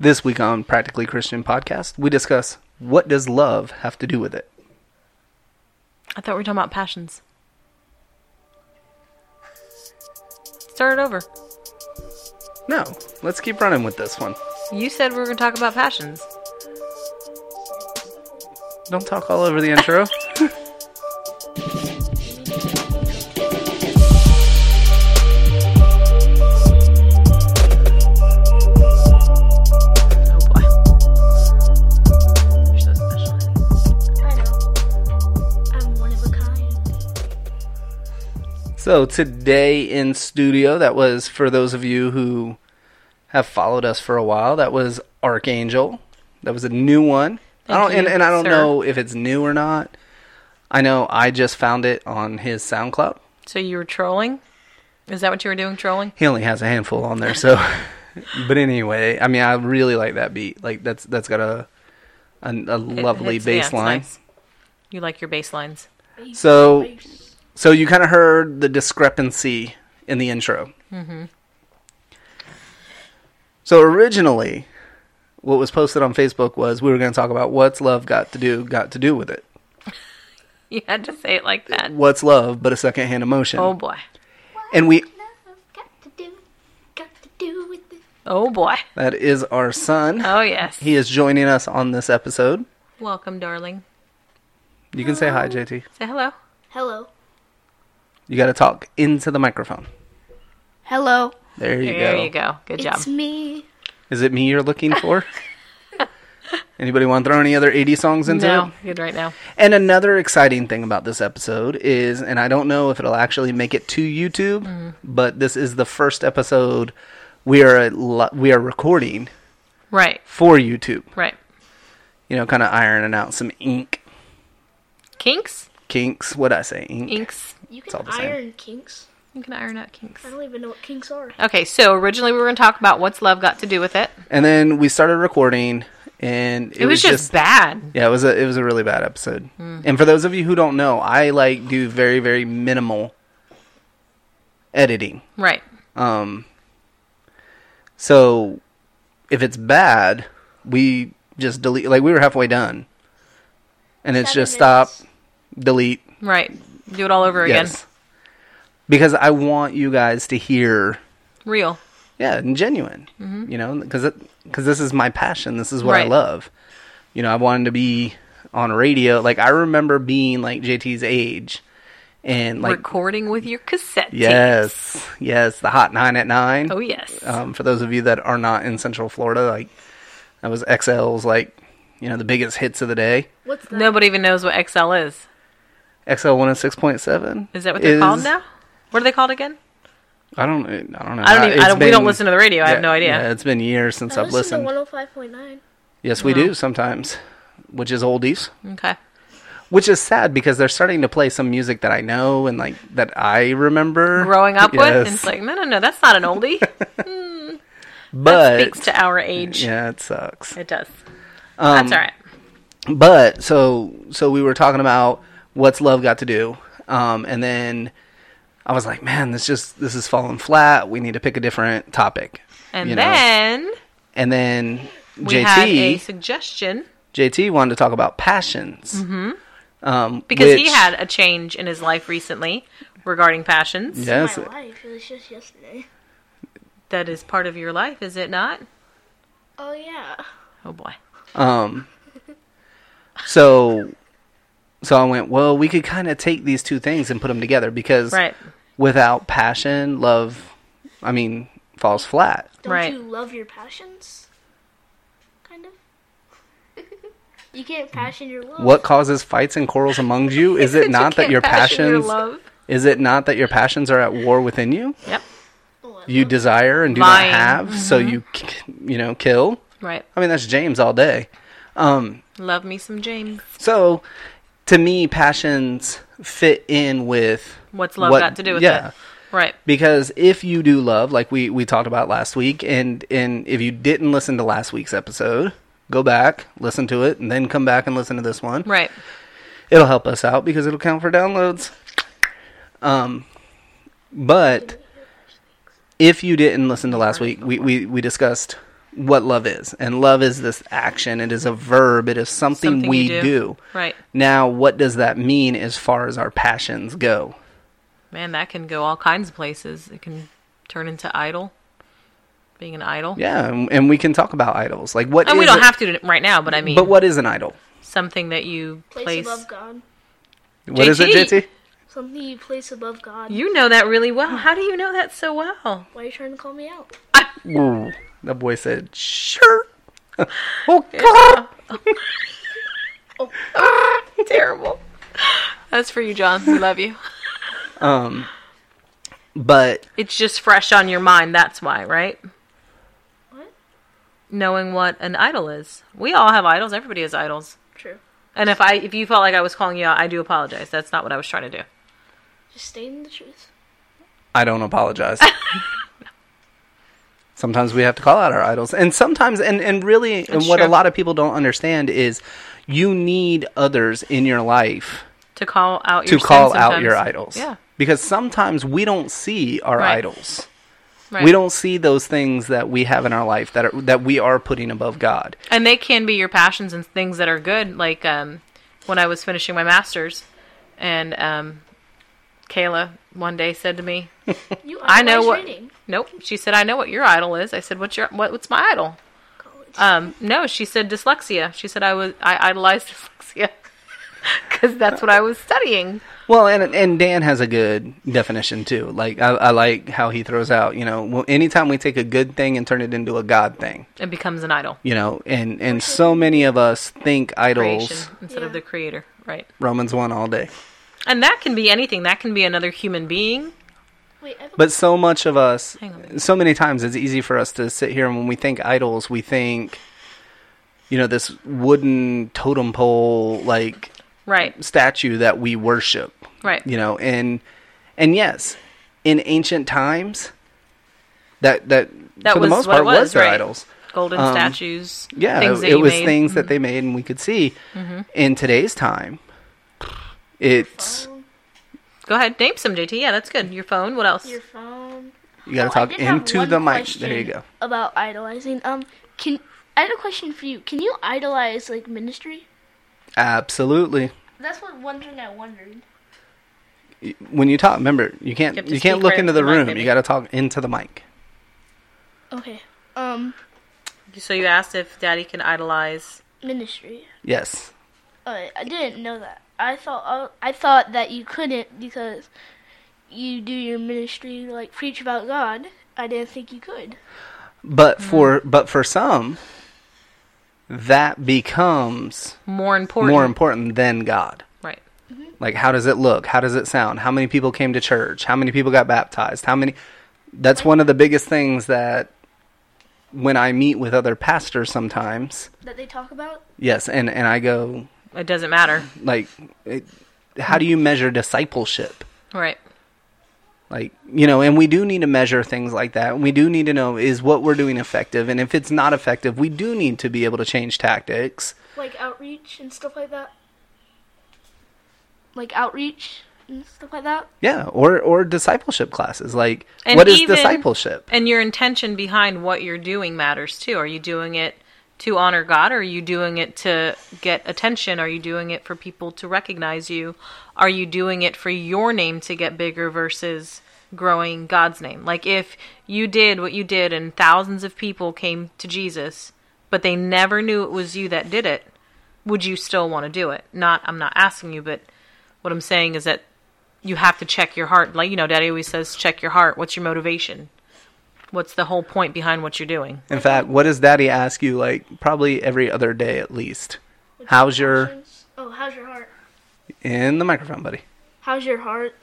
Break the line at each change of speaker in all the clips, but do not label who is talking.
This week on Practically Christian Podcast, we discuss what does love have to do with it?
I thought we were talking about passions. Start it over.
No, let's keep running with this one.
You said we were going to talk about passions.
Don't talk all over the intro.
Oh boy. You're so special.
I know. um, I'm one of a kind.
so, today in studio, that was for those of you who have followed us for a while, that was Archangel. That was a new one. I
Thank
don't, and,
you,
and I don't
sir.
know if it's new or not. I know I just found it on his SoundCloud.
So you were trolling? Is that what you were doing, trolling?
he only has a handful on there so but anyway i mean i really like that beat like that's that's got a a, a
It
lovely
hits- yeah,
bass
it's
line
nice. You like your bass lines.
so so you kind of heard the discrepancy in the intro mm-hmm. so originally what was posted on facebook was we were going to talk about what's love got to do got to do with it
You had to say it like that.
what's love but a secondhand emotion
Oh boy.
and we
Love got to do, got to do with it.
Oh boy.
that is our son
Oh yes.
he is joining us on this episode
Welcome, darling.
you can say hi jt
Say hello.
Hello.
You got to talk into the microphone.
Hello.
There you
there
go.
you go. Good job.
It's me.
Is it me you're looking for? Anybody want to throw any other 80 songs into
No,
it?
good right now.
And another exciting thing about this episode is, and I don't know if it'll actually make it to YouTube,
Mm.
but this is the first episode we are at li- we are recording
Right.
for YouTube.
Right.
You know, kind of ironing out some ink
Kinks?
kinks. What I say, ink.
Inks.
You
all
can
the same.
iron kinks.
You can iron out kinks.
I don't even know what kinks are.
Uh,
Okay, so originally we were going to talk about what's love got to do with it.
And then we started recording, and it,
It, was, just bad.
Yeah, it was a it was a really bad episode. And for those of you who don't know, I like do very very minimal editing.
Right.
Um so if it's bad, we just delete like we were halfway done. And it's
Seven
just stop,
minutes.
delete.
Right. Do it all over again.
Yes. Because I want you guys to hear
Real.
yeah, and genuine. You know, because because this is my passion. This is what I
Mm-hmm. Right.
love. You know, I wanted to be on radio. Like I remember being like JT's age, and like
Recording with your cassette tape.
yes, yes, the Hot Nine at Nine.
Oh, yes.
Um, for those of you that are not in Central Florida, like that was XL's like you know the biggest hits of the day.
What's that?
Nobody even knows what XL is.
XL one hundred six point seven.
Is that what they're called now? What are they called again?
I don't. I don't know.
I don't even- I
it's
don't- we don't listen to the radio. I have no idea.
Yeah, it's been years since
I
I've
listen
listened.
to 105.9.
yes, we do sometimes, which is oldies.
Okay.
which is sad because they're starting to play some music that I know and like that I remember
Growing up with, and
Yes.
it's like, no, no, no, that's not an oldie.
but
Speaks to our age.
yeah, Um, it sucks.
It does. that's all right.
But so so we were talking about what's love got to do, um, and then I was like, man, this just this is falling flat. We need to pick a different topic.
And
you know.
then
and then
we had a
JT
suggestion
JT wanted to talk about passions mm-hmm. um,
because he
which-
had a change in his life recently regarding passions.
yes.
My life. It was just yesterday.
That is part of your life, is it not?
Oh, yeah.
Oh boy.
Um, so, so I went, well, we could kind of take these two things and put them together because
Right.
without passion, love, I mean, falls flat.
Don't
Right.
you love your passions? Kind of. you can't passion your
Oh.
love.
What causes fights and quarrels among you? Is it not that your passions?
love.
is it not that your passions are at war within you?
Yep.
Oh, I
You
love-
desire and do
Lying. Mm-hmm.
not have, so you, k- you know, kill.
Right.
I mean, that's James all day. Um,
Love me some James.
so, to me, passions fit in with
What's love
what-
got to do with
yeah.
it? Right.
because if you do love like we we talked about last week and and if you didn't listen to last week's episode go back listen to it and then come back and listen to this one
Right.
it'll help us out because it'll count for downloads um but if you didn't listen to last week we we, we discussed what love is. And love is this action, it is a verb, it is something,
Something
we
you do.
do.
Right.
Now, what does that mean as far as our passions go?
Man, that can go all kinds of places. It can turn into idol, being an idol.
Yeah, and, and we can talk about idols. Like what
And we
is
don't
a-
have to do it right now, but I mean,
But what is an idol?
something that you
Place,
place.
above God.
What is it,
JT?
JT?
Something you place above God.
You know that really well. How do you know that so well?
Why are you trying to call me out?
Mm.
Ooh, the boy said, "Sure." oh God!
Oh, Terrible. That's for you, John. We love you.
Um, but
It's just fresh on your mind. That's why, right?
What?
Knowing what an idol is. We all have idols. Everybody has idols.
True.
And if I, if you felt like I was calling you out, I do apologize. That's not what I was trying to do.
Just stating the truth.
I don't apologize. sometimes we have to call out our idols, and sometimes, and and really, and what a
true.
lot of people don't understand is, you need others in your life
To call out
to
your
call
sin
out your
sometimes.
idols.
Yeah.
Because sometimes we don't see our
Right.
idols.
Right.
We don't see those things that we have in our life that are, that we are putting above God.
and they can be your passions and things that are good like um, when i was finishing my master's and um, kayla one day said to me
You
i know
idolize
what
reading.
nope she said i know what your idol is i said what's your what, what's my idol
College.
um, no she said dyslexia she said i was i idolized dyslexia because that's what i was studying
Well, and and Dan has a good definition too. Like I, I like how he throws out. You know, well, anytime we take a good thing and turn it into a God thing,
it becomes an idol
you know, and and so many of us think idols.
creation instead of the
Yeah.
creator right
Romans one all day,
and that can be anything that can be another human being
Wait, I have a
but so much of us,
Hang on a
so many times, it's easy for us to sit here and when we think idols, we think, you know, this wooden totem pole like
right
statue that we worship
right
you know and and yes in ancient times that that,
That
for
was
the most
what
part
it was,
was, their
right.
idols
golden
um,
statues
yeah
things that
it
you
was
made. Mm-hmm.
things that they made and we could see in today's time it's
phone.
Go ahead, name some JT. Yeah, that's good. Your phone. What else?
Your phone.
you gotta
Oh, I
talk
did have
into
one
the mic
question
there you go
About idolizing. Um, can I had a question for you? Can you idolize like ministry?
absolutely
That's what one thing I wondered.
Y- when you talk remember you can't
You have
you,
to
can't
speak
look
right
into
into
the
the mic,
room
baby.
you gotta talk into the mic
Okay. Um,
So you asked if Daddy can idolize.
ministry.
yes
Uh, I didn't know that. I thought uh, I thought that you couldn't because you do your ministry like preach about God. I didn't think you could.
but for
Mm-hmm.
but for some that becomes
More important.
more important than god
Right.
Like, how does it look? How does it sound? How many people came to church? How many people got baptized? How many? That's one of the biggest things that when I meet with other pastors sometimes,
That they talk about.
yes, and, and I go,
It doesn't matter.
like, it, how do you measure discipleship?
Right.
Like, you know, and we do need to measure things like that. And we do need to know is what we're doing effective? And if it's not effective, we do need to be able to change tactics.
like outreach and stuff like that. Like outreach and stuff like that.
Yeah. Or, or discipleship classes. Like,
And
what is
even-
discipleship?
And your intention behind what you're doing matters too. Are you doing it to honor God? Or are you doing it to get attention? Are you doing it for people to recognize you? Are you doing it for your name to get bigger versus growing God's name? Like if you did what you did and thousands of people came to Jesus, but they never knew it was you that did it, would you still want to do it? Not, I'm not asking you, but what I'm saying is that you have to check your heart. Like, you know, daddy always says, check your heart. What's your motivation? What's the whole point behind what you're doing?
In fact, what does Daddy ask you like probably every other day at least? How's your
Oh, how's your heart?
in the microphone, buddy?
How's your heart?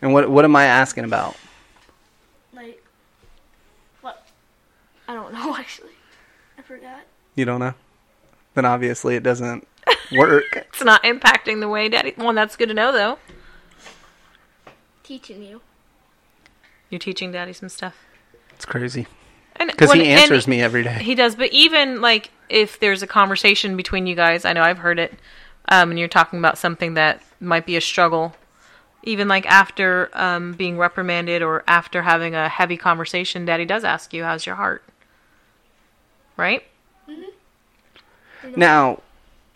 And what what am I asking about?
Like what? I don't know actually. I forgot.
You don't know? Then obviously it doesn't work.
It's not impacting the way daddy. Well, that's good to know, though.
Teaching you.
You're teaching daddy some stuff.
it's crazy
And
because
when-
he
and
answers me every day.
He does, but even like if there's a conversation between you guys, I know I've heard it, um, and you're talking about something that might be a struggle, even like after um, being reprimanded or after having a heavy conversation, Daddy does ask you, "How's your heart?" right?
Now,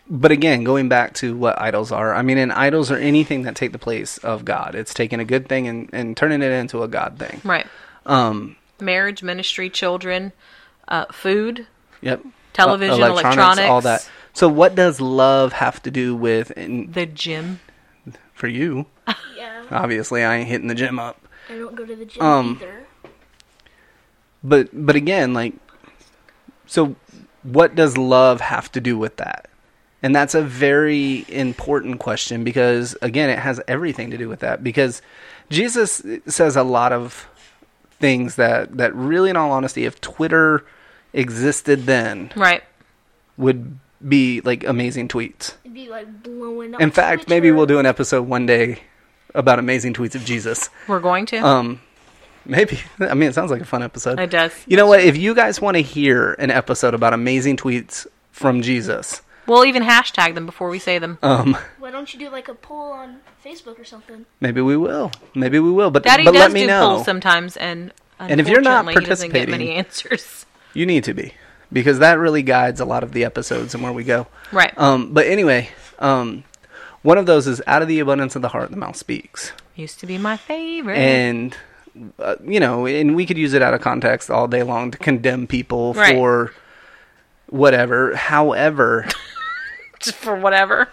but again, going back to what idols are, I mean, and idols are anything that take the place of God. It's taking a good thing and, and turning it into a God thing.
Right.
Um,
Marriage, ministry, children, uh, food.
yep.
Television,
E- all
electronics.
that. So, what does love have to do with? And
The gym.
for you,
Yeah.
obviously, I ain't hitting the gym up.
I don't go to the gym
Um,
either.
But, but again, like, so what does love have to do with that? And that's a very important question because, again, it has everything to do with that. Because Jesus says a lot of things that, that really, in all honesty, if Twitter existed then,
Right.
would be like amazing tweets.
It'd be like blowing up.
In fact, maybe we'll do an episode one day about amazing tweets of Jesus.
We're going to.
Um, maybe. I mean, it sounds like a fun episode.
It does.
You know what? If you guys want to hear an episode about amazing tweets from Jesus,
we'll even hashtag them before we say them.
um,
Why don't you do like a poll on Facebook or something?
maybe we will. Maybe we will. But
Daddy
but
does
let me
do
know.
polls sometimes, and
And if you're not
unfortunately, he doesn't get many
participating-
answers.
you need to be because that really guides a lot of the episodes and where we go.
Right.
Um, but anyway, um, one of those is out of the abundance of the heart, the mouth speaks.
Used to be my favorite.
and uh, you know, and we could use it out of context all day long to condemn people
Right.
for whatever. However,
Just for whatever.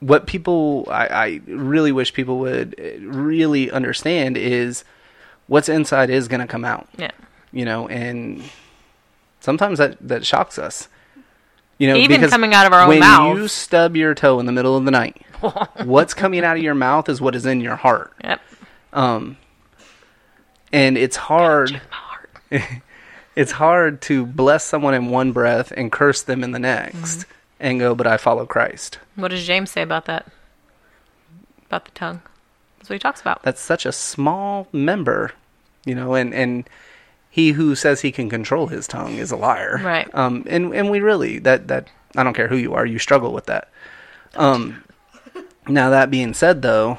what people I, I really wish people would uh, really understand is what's inside is going to come out.
Yeah.
You know, and sometimes that that shocks us. You know,
Even
because
coming out of our own
when you
mouths.
stub your toe in the middle of the night, what's coming out of your mouth is what is in your heart,
Yep.
and it's hard.
My heart.
it's hard to bless someone in one breath and curse them in the next
Mm-hmm.
and go, but I follow Christ.
What does James say about that? About the tongue. That's what he talks about.
That's such a small member, you know, and, and he who says he can control his tongue is a liar.
Right.
Um, and, and we really, that, that, I don't care who you are, you struggle with that. Um, now that being said though,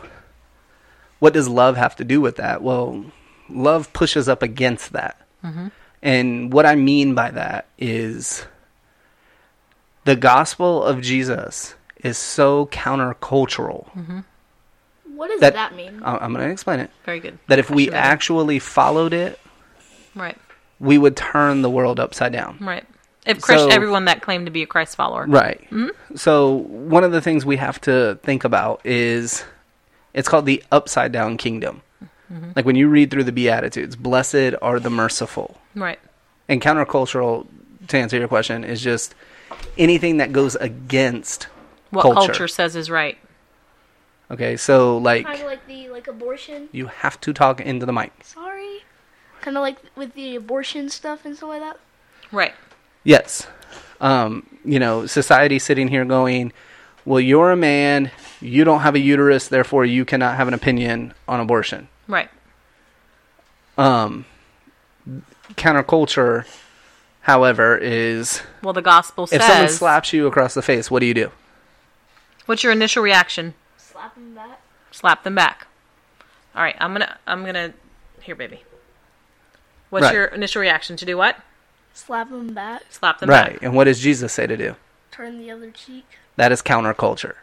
what does love have to do with that? Well, love pushes up against that. And what I mean by that is the gospel of Jesus is so countercultural.
What does that,
That-
mean?
I- I'm going to explain it.
Very good.
That if we
Question, Megan.
actually followed it,
Right.
we would turn the world upside down.
Right. If Christ,
So-
everyone that claimed to be a Christ follower.
Right.
Hmm?
So, one of the things we have to think about is it's called the upside down kingdom.
Mm-hmm.
Like when you read through the Beatitudes, blessed are the merciful.
Right.
and countercultural to answer your question is just anything that goes against
What
Culture.
culture. says is right.
okay so like
Kind of like the like abortion.
you have to talk into the mic
Sorry. Kind of like with the abortion stuff and stuff like that.
Right.
yes um you know society sitting here going well you're a man you don't have a uterus therefore you cannot have an opinion on abortion
Right.
counterculture however is
Well, the gospel
if someone
says.
slaps you across the face what do you do
what's your initial reaction?
Slap him back.
Slap them back. All right. I'm gonna. I'm gonna. Here, baby. What's
Right.
your initial reaction to do what?
Slap him back.
Slap them
right
back.
and what does jesus say to do
Turn the other cheek.
That is counterculture.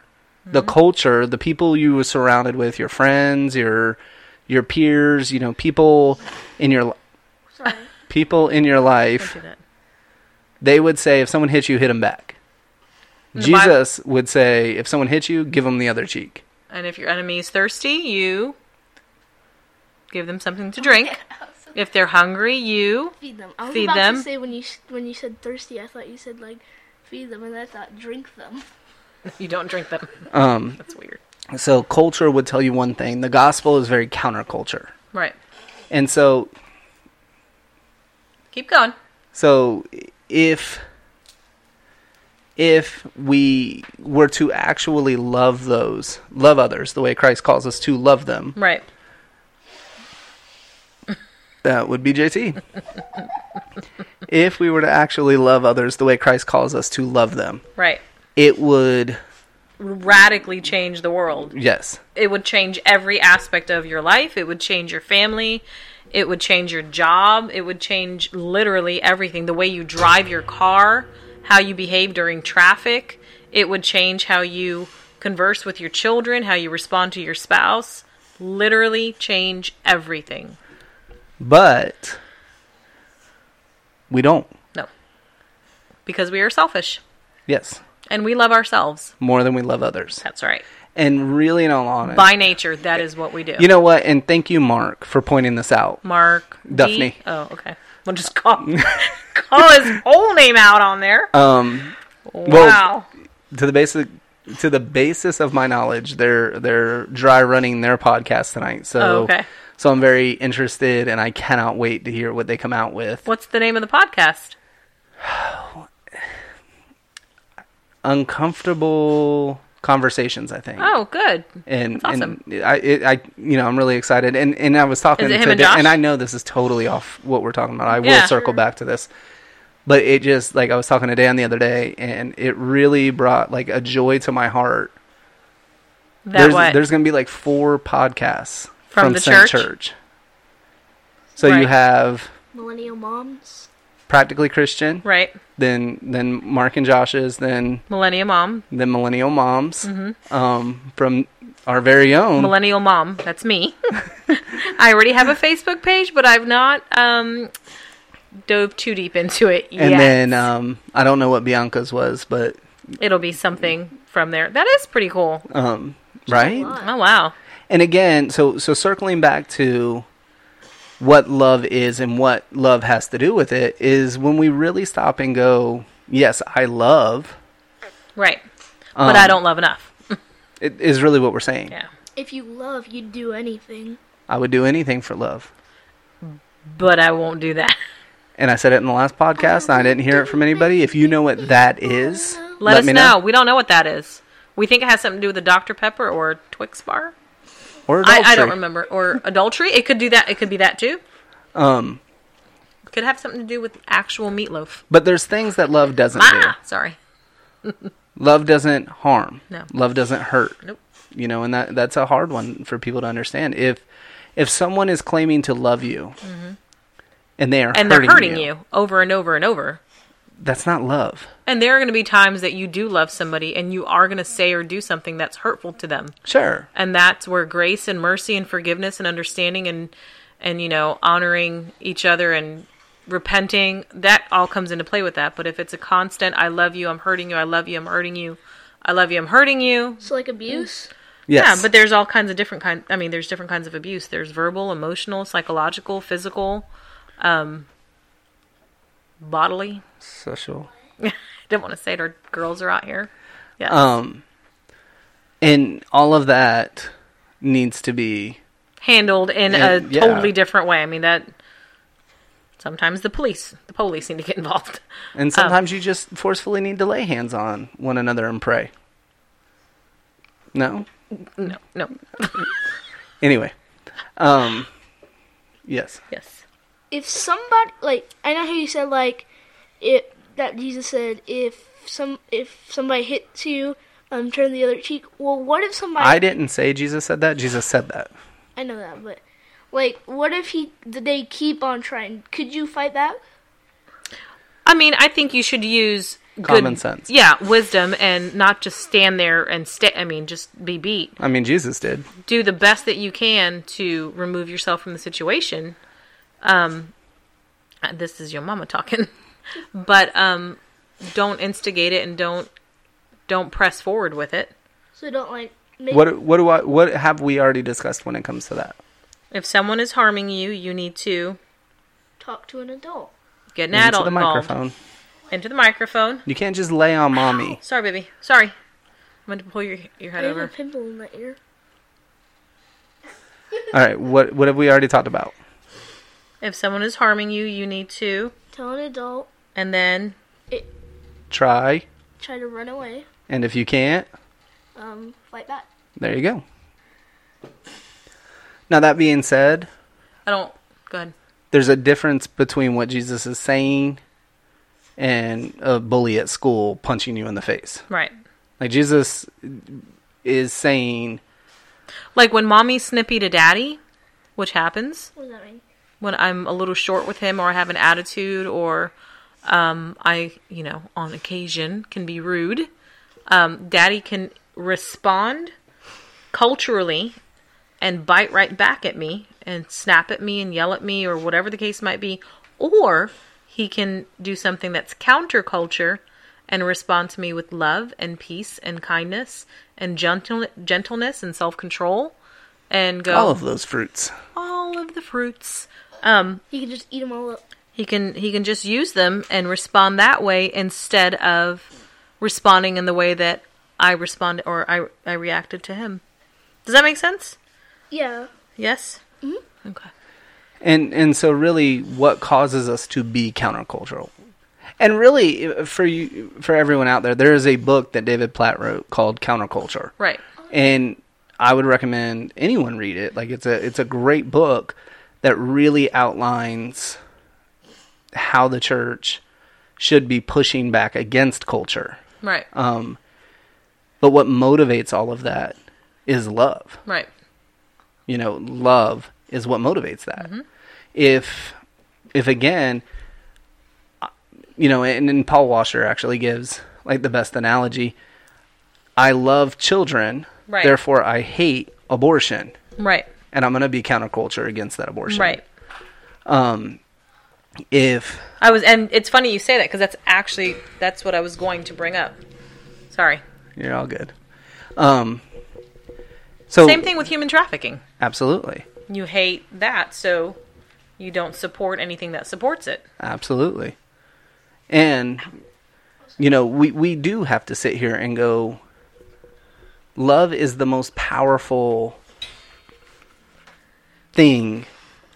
The
Mm-hmm.
culture, the people you were surrounded with, your friends, your your peers, you know, people in your li-
Sorry.
people in your
Don't
life,
do that.
they would say if someone hits you, hit them back.
the Bible-
Jesus would say if someone hits you, give them the other cheek.
And if your enemy is thirsty, you give them something to drink. If they're hungry, you
feed them. I was
Feed
about
them.
to say when you s- when you said thirsty, I thought you said like feed them, and I thought drink them.
you don't drink them.
Um,
That's weird.
so culture would tell you one thing. The gospel is very counterculture,
Right.
and so
Keep going.
So if if we were to actually love those, love others the way Christ calls us to love them,
Right.
that would be JT. if we were to actually love others the way Christ calls us to love them,
Right.
it would
Radically change the world.
yes,
It would change every aspect of your life. It would change your family. It would change your job. It would change literally everything. The way you drive your car, how you behave during traffic. It would change how you converse with your children, how you respond to your spouse. Literally change everything.
But we don't.
No. Because we are selfish
Yes.
and we love ourselves.
More than we love others.
That's right.
And really, in all honesty,
By nature, that is what we do.
you know what? And thank you, Mark, for pointing this out.
Mm-hmm. Mark D-
Duffney.
Oh, okay. We'll just call call his whole name out on there.
Um,
wow.
to the basic to the basis of my knowledge, they're they're dry running their podcast tonight. So
Oh, okay.
so I'm very interested, and I cannot wait to hear what they come out with.
What's the name of the podcast?
Uncomfortable conversations, I think.
Oh, good.
and
That's
and I, it, I you know I'm really excited and and I was talking
Is it him
to
and
Dan-
Josh?
and I know this is totally off what we're talking about. I
Yeah.
will circle back to this, but it just like I was talking to Dan the other day, and it really brought like a joy to my heart.
That
there's
what?
there's gonna be like four podcasts
From
from
the
Saint
church?
So you
Right.
have
Millennial moms.
practically Christian,
right.
then then Mark and Josh's, then
Millennial mom.
then millennial moms
Mm-hmm.
um, from our very own.
Millennial mom. That's me. I already have a Facebook page, but I've not um dove too deep into it yet.
and then um, I don't know what Bianca's was, but
It'll be something from there. That is pretty cool.
um, right.
Oh wow.
And again, so so circling back to what love is and what love has to do with it is when we really stop and go, yes, I love.
Right. but
Um,
I don't love enough.
It is really what we're saying.
Yeah.
If you love, you'd do anything.
I would do anything for love.
But I won't do that.
And I said it in the last podcast, and I didn't hear it from anybody. If you know what that is,
Let, us know. We don't know what that is. We think it has something to do with the Dr. Pepper or Twix bar.
Or
I, I don't
adultery.
remember. Or adultery. It could do that. It could be that too.
Um,
Could have something to do with actual meatloaf.
but there's things that love doesn't do.
Ah, sorry.
love doesn't harm
No.
love doesn't hurt
Nope.
you know and that that's a hard one for people to understand if if someone is claiming to love you and they are
Mm-hmm. And
hurting
they're hurting you. over and over and over.
that's not love
And there are going to be times that you do love somebody and you are going to say or do something that's hurtful to them.
sure
and that's where grace and mercy and forgiveness and understanding and and you know honoring each other and repenting that all comes into play with that but if it's a constant i love you i'm hurting you i love you i'm hurting you i love you i'm hurting you
So like abuse.
yes
yeah but there's all kinds of different kind i mean there's different kinds of abuse there's verbal emotional psychological physical um bodily
social
don't want to say it our girls are out here yeah
um and all of that needs to be
handled in a
And- yeah.
totally different way. I mean that sometimes the police, the police need to get involved.
and sometimes you just forcefully need to lay hands on one another and pray no
No, no,
anyway um yes
yes,
If somebody like I know how you said like it that Jesus said if some if somebody hits you, um turn the other cheek. Well, what if somebody
i didn't say jesus said that jesus said that
I know that, but like, what if he did they keep on trying? Could you fight back?
I mean I think you should use good,
Common sense.
yeah, wisdom, and not just stand there and stay. I mean, just be beat.
i mean jesus did
do the best that you can to remove yourself from the situation. Um, uh, this is your mama talking, but um, don't instigate it and don't don't press forward with it.
So don't like make
What what do I what have we already discussed when it comes to that?
If someone is harming you, you need to
talk to an adult.
get an
Into
adult
the
involved.
microphone.
Into the microphone.
You can't just lay on mommy.
Sorry, baby. Sorry. I'm going to pull your, your
I
head
have a
over.
pimple in my ear.
All right, what what have we already talked about?
If someone is harming you, you need to.
Tell an adult.
And then
Try,
Try to run away.
and if you can't,
Um, fight back.
there you go. Now that being said,
I don't. Go ahead.
there's a difference between what Jesus is saying and a bully at school punching you in the face.
Right.
Like Jesus is saying
Like when mommy's snippy to daddy, which happens,
What does that mean?
when I'm a little short with him or I have an attitude or um, I, you know, on occasion can be rude, um, daddy can respond culturally and bite right back at me and snap at me and yell at me or whatever the case might be. Or he can do something that's counterculture and respond to me with love and peace and kindness and gentle- gentleness and self control and go
All of those fruits.
all of the fruits.
You can just eat them all up.
He can he can just use them and respond that way instead of responding in the way that I responded or I I reacted to him. Does that make sense?
Yeah.
Yes. Mm-hmm. Okay.
And and so really what causes us to be countercultural? And really i- for you for everyone out there there is a book that David Platt wrote called Counterculture.
Right.
And I would recommend anyone read it. Like it's a it's a great book that really outlines how the church should be pushing back against culture.
Right.
Um, but what motivates all of that is love.
right.
You know, love is what motivates that.
Mm-hmm.
If, if again, I- you know, and, and Paul Washer actually gives like the best analogy. I love children,
Right.
therefore I hate abortion,
Right.
and I'm going to be counterculture against that abortion.
Right.
If
I was and it's funny you say that because that's actually that's what I was going to bring up. Sorry.
you're all good. Um. So
Same thing with human trafficking.
Absolutely.
You hate that, so you don't support anything that supports it.
Absolutely. And you know, we we do have to sit here and go love is the most powerful thing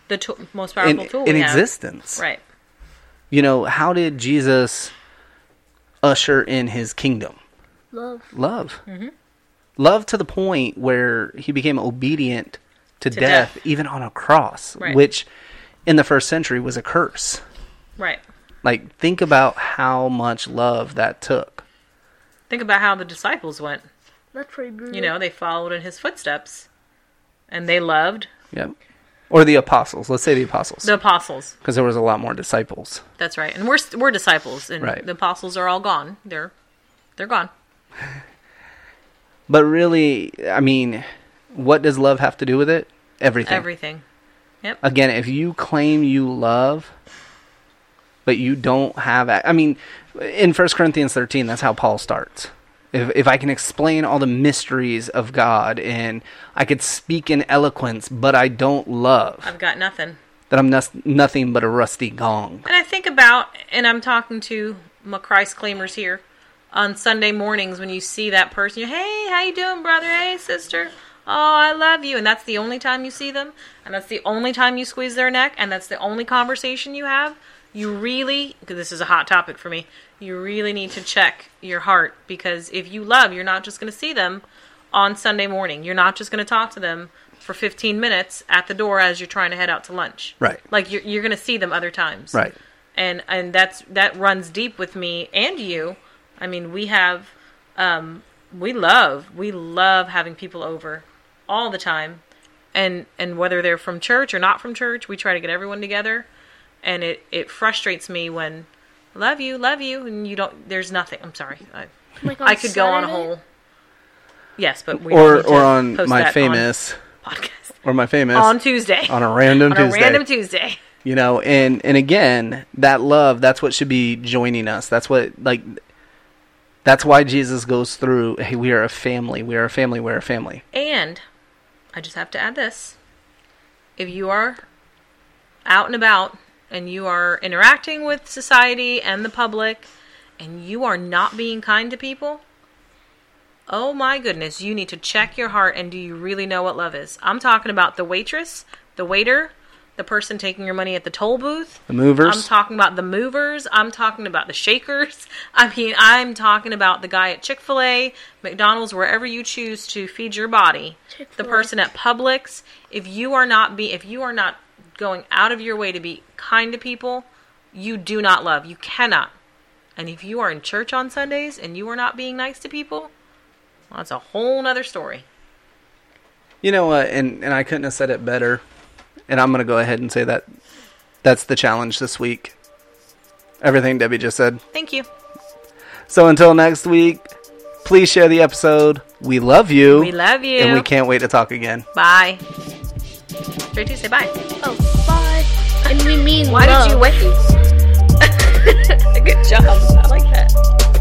The to- most
in,
powerful tool
in
we have.
existence.
Right.
You know, how did Jesus usher in his kingdom?
Love.
Love.
Mm-hmm.
Love to the point where he became obedient to,
death.
death, even on a cross,
Right.
which in the first century was a curse.
Right.
Like, think about how much love that took.
Think about how the disciples went.
That's pretty brutal.
You know, they followed in his footsteps and they loved
Yep. Or the apostles. Let's say the apostles,
the apostles.
because there was a lot more disciples.
That's right. And we're we're disciples and
Right.
the apostles are all gone. They're they're gone.
But really, I mean, what does love have to do with it? Everything.
Everything.
Again, if you claim you love, but you don't have, a- I mean, in 1 Corinthians 13, that's how Paul starts. If, if I can explain all the mysteries of God and I could speak in eloquence, but I don't love,
I've got nothing.
that I'm nos- nothing but a rusty gong.
And I think about, and I'm talking to my Christ claimers here on Sunday mornings when you see that person, you hey, how you doing, brother? Hey, sister. Oh, I love you. And that's the only time you see them, and that's the only time you squeeze their neck, and that's the only conversation you have. You really, 'cause this is a hot topic for me, you really need to check your heart because if you love, you're not just going to see them on Sunday morning. You're not just going to talk to them for 15 minutes at the door as you're trying to head out to lunch.
Right.
Like you're, you're going to see them other times
Right.
and and that's that runs deep with me and you i mean we have um we love we love having people over all the time and and whether they're from church or not from church we try to get everyone together and it it frustrates me when love you love you and you don't there's nothing i'm sorry i,
Like on
I could go on a
Saturday?
whole yes but we don't
Or,
need to
or on
post that
my
on
famous,
podcast
or my famous,
on tuesday
on a random
on a
Tuesday.
random tuesday
you know, and and again, that love, that's what should be joining us. That's what like that's why Jesus goes through, hey, we are a family. We are a family. We're a family.
And I just have to add this. If you are out and about and you are interacting with society and the public and you are not being kind to people, oh my goodness, you need to check your heart and do you really know what love is? I'm talking about the waitress, the waiter, the person taking your money at the toll booth,
The movers.
I'm talking about the movers. I'm talking about the shakers. I mean, I'm talking about the guy at Chick fil A, McDonald's, wherever you choose to feed your body. The
Chick-fil-A.
person at Publix. If you are not be if you are not going out of your way to be kind to people, you do not love. You cannot. And if you are in church on Sundays and you are not being nice to people, well, that's a whole nother story.
you know what? And and I couldn't have said it better. And I'm going to go ahead and say that that's the challenge this week. Everything Debbie just said.
Thank you.
So until next week, please share the episode. We love you.
We love you.
And we can't wait to talk again.
Bye. Three, two, say bye.
Oh, bye. And we mean
Why
love.
did you wait? Good job. I like that.